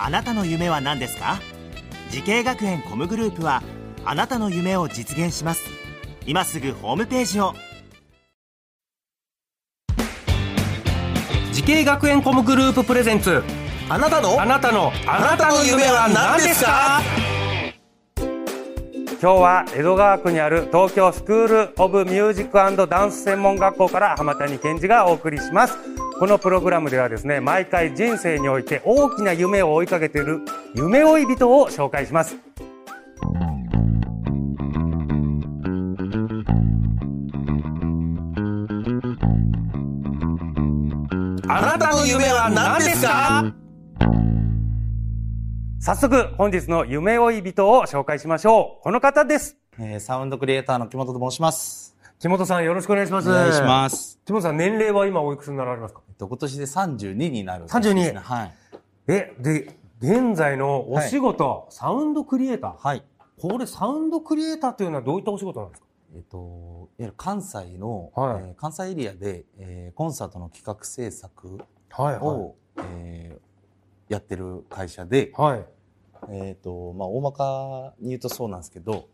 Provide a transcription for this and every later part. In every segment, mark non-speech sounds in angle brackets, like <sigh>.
あなたの夢は何ですか時系学園コムグループはあなたの夢を実現します今すぐホームページを時系学園コムグループプレゼンツあなたのあなたのあなたの夢は何ですか今日は江戸川区にある東京スクール・オブ・ミュージックダンス専門学校から浜谷健二がお送りしますこのプログラムではですね毎回人生において大きな夢を追いかけている夢追い人を紹介しますあなたの夢は何ですか早速本日の夢追い人を紹介しましょうこの方ですえーサウンドクリエイターの木本と申します。木本さんよろしくお願いしまおす願いします。木本さん年齢は今おいくつになられますかえっと今年で32になる、 32はい。え、で、現在のお仕事、サウンドクリエイター。はい。これ、サウンドクリエイターというのはどういったお仕事なんですかえっと、いわゆる関西の、はいえー関西エリアで、えーコンサートの企画制作はい、を、えーやってる会社で、はい。えっと、まあ、大まかに言うとそうなんですけど、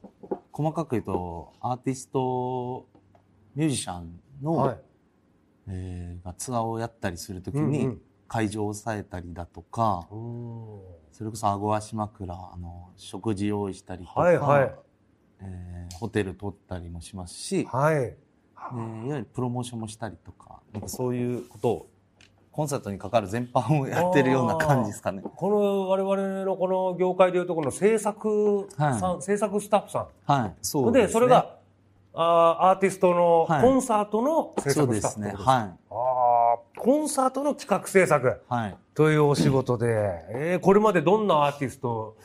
細かく言うと、アーティスト、ミュージシャンの、はい。えーがツアーをやったりするときうんに、会場を抑えたりだとか、うんそれこそ顎足枕、あの、食事用意したりとか、はい、はい。えーホテル取ったりもしますし、はい。えーいわゆるプロモーションもしたりとか、なんかそういうことを、コンサートにかかる全般をやってるような感じですかね。この、我々のこの業界でいうと、この制作さん、は制作スタッフさん。はい。そでそれが、あーアーティストのはいコンサートの制そう作でスタッすフ、ね。い。はあーコンサートの企画制作。い。はい。というお仕事で、えー、これまでどんなアーティスト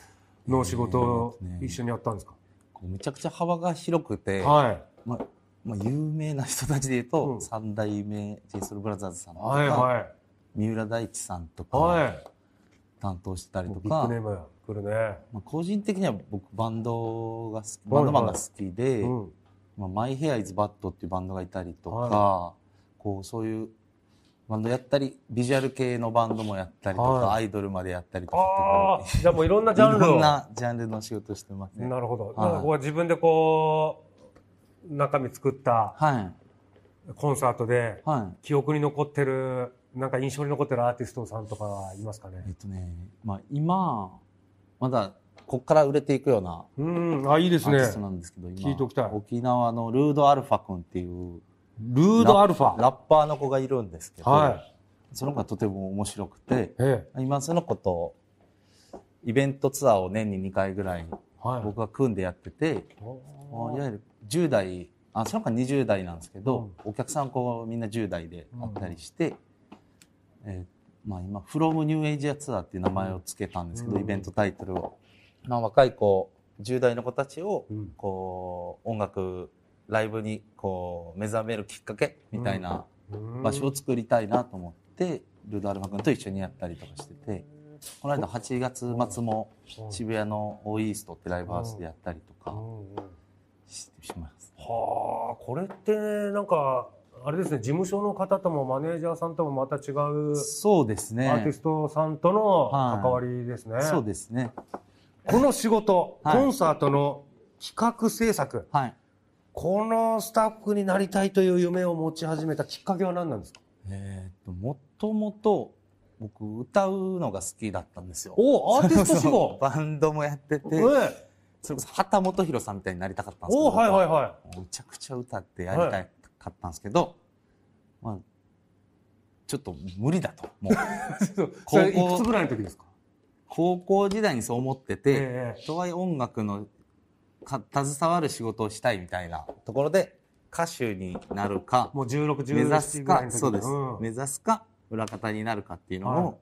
のお仕事をえーとね一緒にやったんですか、こうめちゃくちゃ幅が広くて、はい。まあ、まあ、有名な人たちで言ううと、ん三代目 j s o u l b r o t h e r さんとか、はいは三浦大知さんとい。かは担当してたい。りもとうビッか、グネームが来るね。まあ、個人的には僕バンドが好き、バンドマンが好きで、うん。まあ、マイヘアイズバットっていうバンドがいたりとか、こうそういうバンドやったりビジュアル系のバンドもやったりとか、はアイドルまでやったりとあかあ、じゃあもういろんないジャンルろを。んななジャンルの仕事してますね。るほど。いなんかここは自分でこう、中身作ったはいコンサートで、は記憶に残ってる、なんか印象に残ってるアーティストさんとかはいますかねい。えっとね、まあ今まだこっから売れていくようなうん、あ、いいでアーティストなんですけど、今聞いておきたい沖縄のルードアルファ君っていうルードアルファ。ラッパーの子がいるんですけど、はい。その子がとても面白くて、ええ。今その子とイベントツアーを年に2回ぐらいはい。僕が組んでやってて、おーいわゆる10代あその子は20代なんですけど、お客さんこうみんな10代であったりして、えーまあ、今「from New Asia ツアー」っていう名前を付けたんですけど、うんイベントタイトルを、まあ、若い子10代の子たちをうんこう音楽ライブにこう目覚めるきっかけみたいなうん場所を作りたいなと思って、ルードアルファ君と一緒にやったりとかしててこの間8月末も渋谷のオーイーストってライブハウスでやったりとかうんうんしします。はあこれってねなんかあれですね事務所の方ともマネージャーさんともまた違うそうですね。アーティストさんとのはい関わりですね、そうですね。この仕事、はいコンサートの企画制作はい。このスタッフになりたいという夢を持ち始めたきっかけは何なんですかえーっと、もともと僕歌うのが好きだったんですよ。おアーティスト志 <laughs> そう <laughs> 望バンドもやってて、ええそれこそ畑基博さんみたいになりたかったんですけど。おはいはいはめちゃくちゃ歌ってやりたかったんですけど、まあ、ちょっと無理だと。 <laughs> もう、いそれいくつぐらいの時ですか高校時代にそう思ってて、ええとはいえ音楽のか携わる仕事をしたいみたいなところで、歌手になるか、もう1617目指すぐらいか、の時そうです、ん目指すか、裏方になるかっていうのを、はい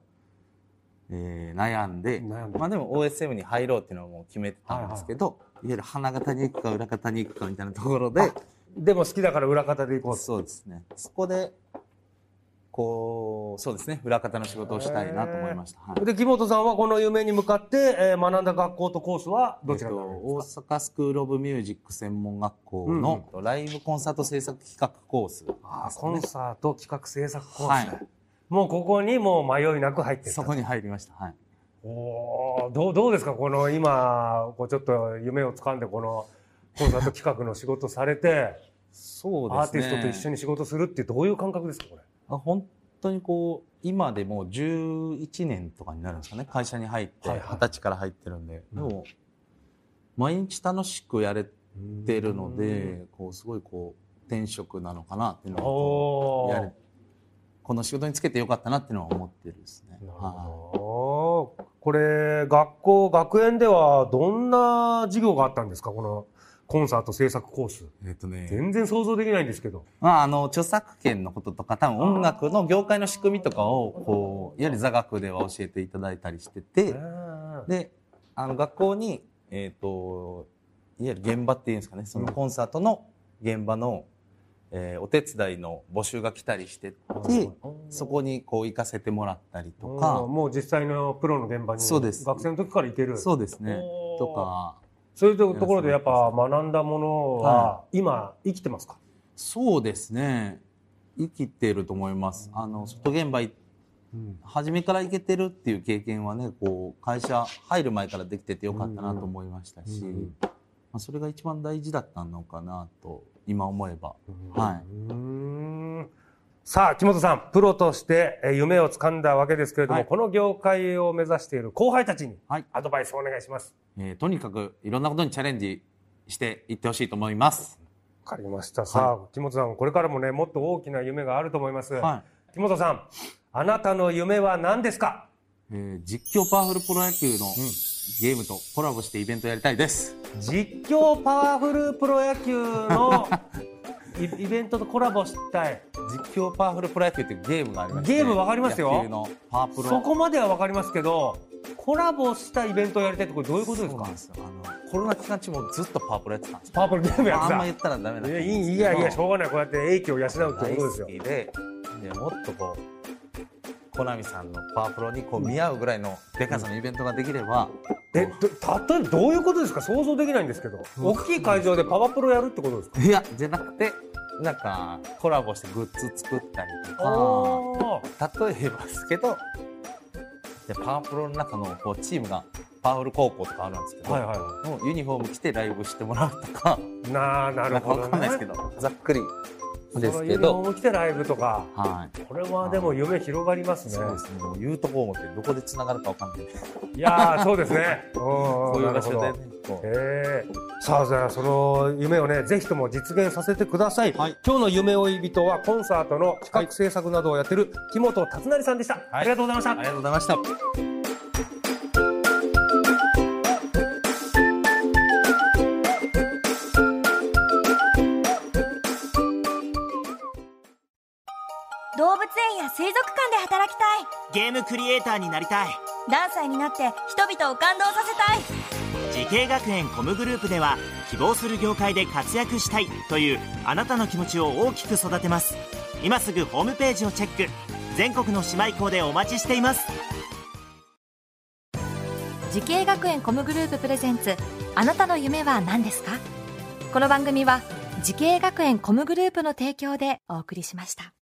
えー悩んで悩んでまあでも OSM に入ろうっていうのはもう決めてたんですけど、いわゆる花形に行くか裏方に行くかみたいなところででも好きだから裏方で行こうとそうですねそこでこうそうですね裏方の仕事をしたいなと思いました、はいで木本さんはこの夢に向かって、えー学んだ学校とコースはどちらえっにとなるんですか、大阪スクール・オブ・ミュージック専門学校のライブコンサート制作企画コースですね、あーコンサート企画制作コース、はもうここにもう迷いなく入ってい、ったそこに入りました、はい、おーどうどうですかこの今こうちょっと夢を掴んでこのコンサート企画の仕事されてそうですねアーティストと一緒に仕事するってどういう感覚ですかこれあ本当にこう今でもう11年とかになるんですかね会社に入ってはい二はい十歳から入ってるんで、でも毎日楽しくやれてるのでこうすごいこう転職なのかなっていうのをおーやれこの仕事につけてよかったなっていうのは思ってるですね。なるはほどこれ学校学園ではどんな授業があったんですかこのコンサート制作コースいえっとね、全然想像できないんですけどまあ、あの、著作権のこととか、多分音楽の業界の仕組みとかを、こう、いわゆる座学では教えていただいたりしてて、であの学校に、えー、といわゆる現場っていうんですかねそのコンサートの現場の、えーお手伝いの募集が来たりしててそこにこう行かせてもらったりとうかんもう実際のプロの現場にそうです学生の時から行けるそうですねおーとかそういうところでやっぱ学んだものはは今生きてますか、そうですね生きてると思いますあの外現場い初めから行けてるっていう経験はねこう会社入る前からできててよかったなと思いましたし、うんうんまあ、それが一番大事だったのかなと今思えば、はい。うーんさあ木本さんプロとしてえー夢を掴んだわけですけれども、はいこの業界を目指している後輩たちにはいアドバイスをお願いします。えーとにかくいろんなことにチャレンジしていってほしいと思います。わかりました。さあ、木本さん、これからもね、もっと大きな夢があると思います。は木本さん、あなたの夢は何ですかい。えー実況パワフルプロ野球のゲームとコラボしてイベントやりたいです。実況パワフルプロ野 <laughs> 球のイイベントとコラボしたい。実況パワフルプロ野球っていうゲームがありましてゲームわかりますよ野球のパワープロ。そこまではわかりますけど、コラボしたイベントをやりたいってこれどういうことですそうなかんですよあのコロナ期間中もずっとパワープロやってたんですよ。パワフルゲームやまああんまっ言ったらダメなてた。んいや、ですいけどい、いや、いや、しょうがない。こうやって英気を養うってこと大で好すよ。きで、でもっとこう、コナミさんのパワープロにこう見合うぐらいのデカさのイベントができれば、え、ど例えばどういうことですか想像できないんですけど。大きい会場でパワプロやるってことですかいや、じゃなくて、なんか、コラボしてグッズ作ったりとあか、例えばですけど、でパワープロの中のこうチームが、パワフル高校とかあるんですけあ。ど、はいはいはのユニフォーム着てライブしてもらうとか、い。なあ、ななるんかわほど、かんないですけど、ざっくりですけそのユニフォーど、ム着てライブとか。はい。これはでも夢広がりますそうでね。すね。でも言うとこ思って、どこで繋がるかわかんないです。いやーそうです <laughs> ね。ここういう場所でね、こうえー、さあじゃあその夢をねぜひとも実現させてください、今日の夢追い人はコンサートの企画制作などをやってる木本達成さんでした、ありがとうございましたありがとうございました。動物園や水族館で働きたいゲームクリエイターになりたい何歳になって人々を感動させたい時系学園コムグループでは希望する業界で活躍したいというあなたの気持ちを大きく育てます今すぐホームページをチェック全国の姉妹校でお待ちしています時系学園コムグループプレゼンツあなたの夢は何ですかこの番組は時系学園コムグループの提供でお送りしました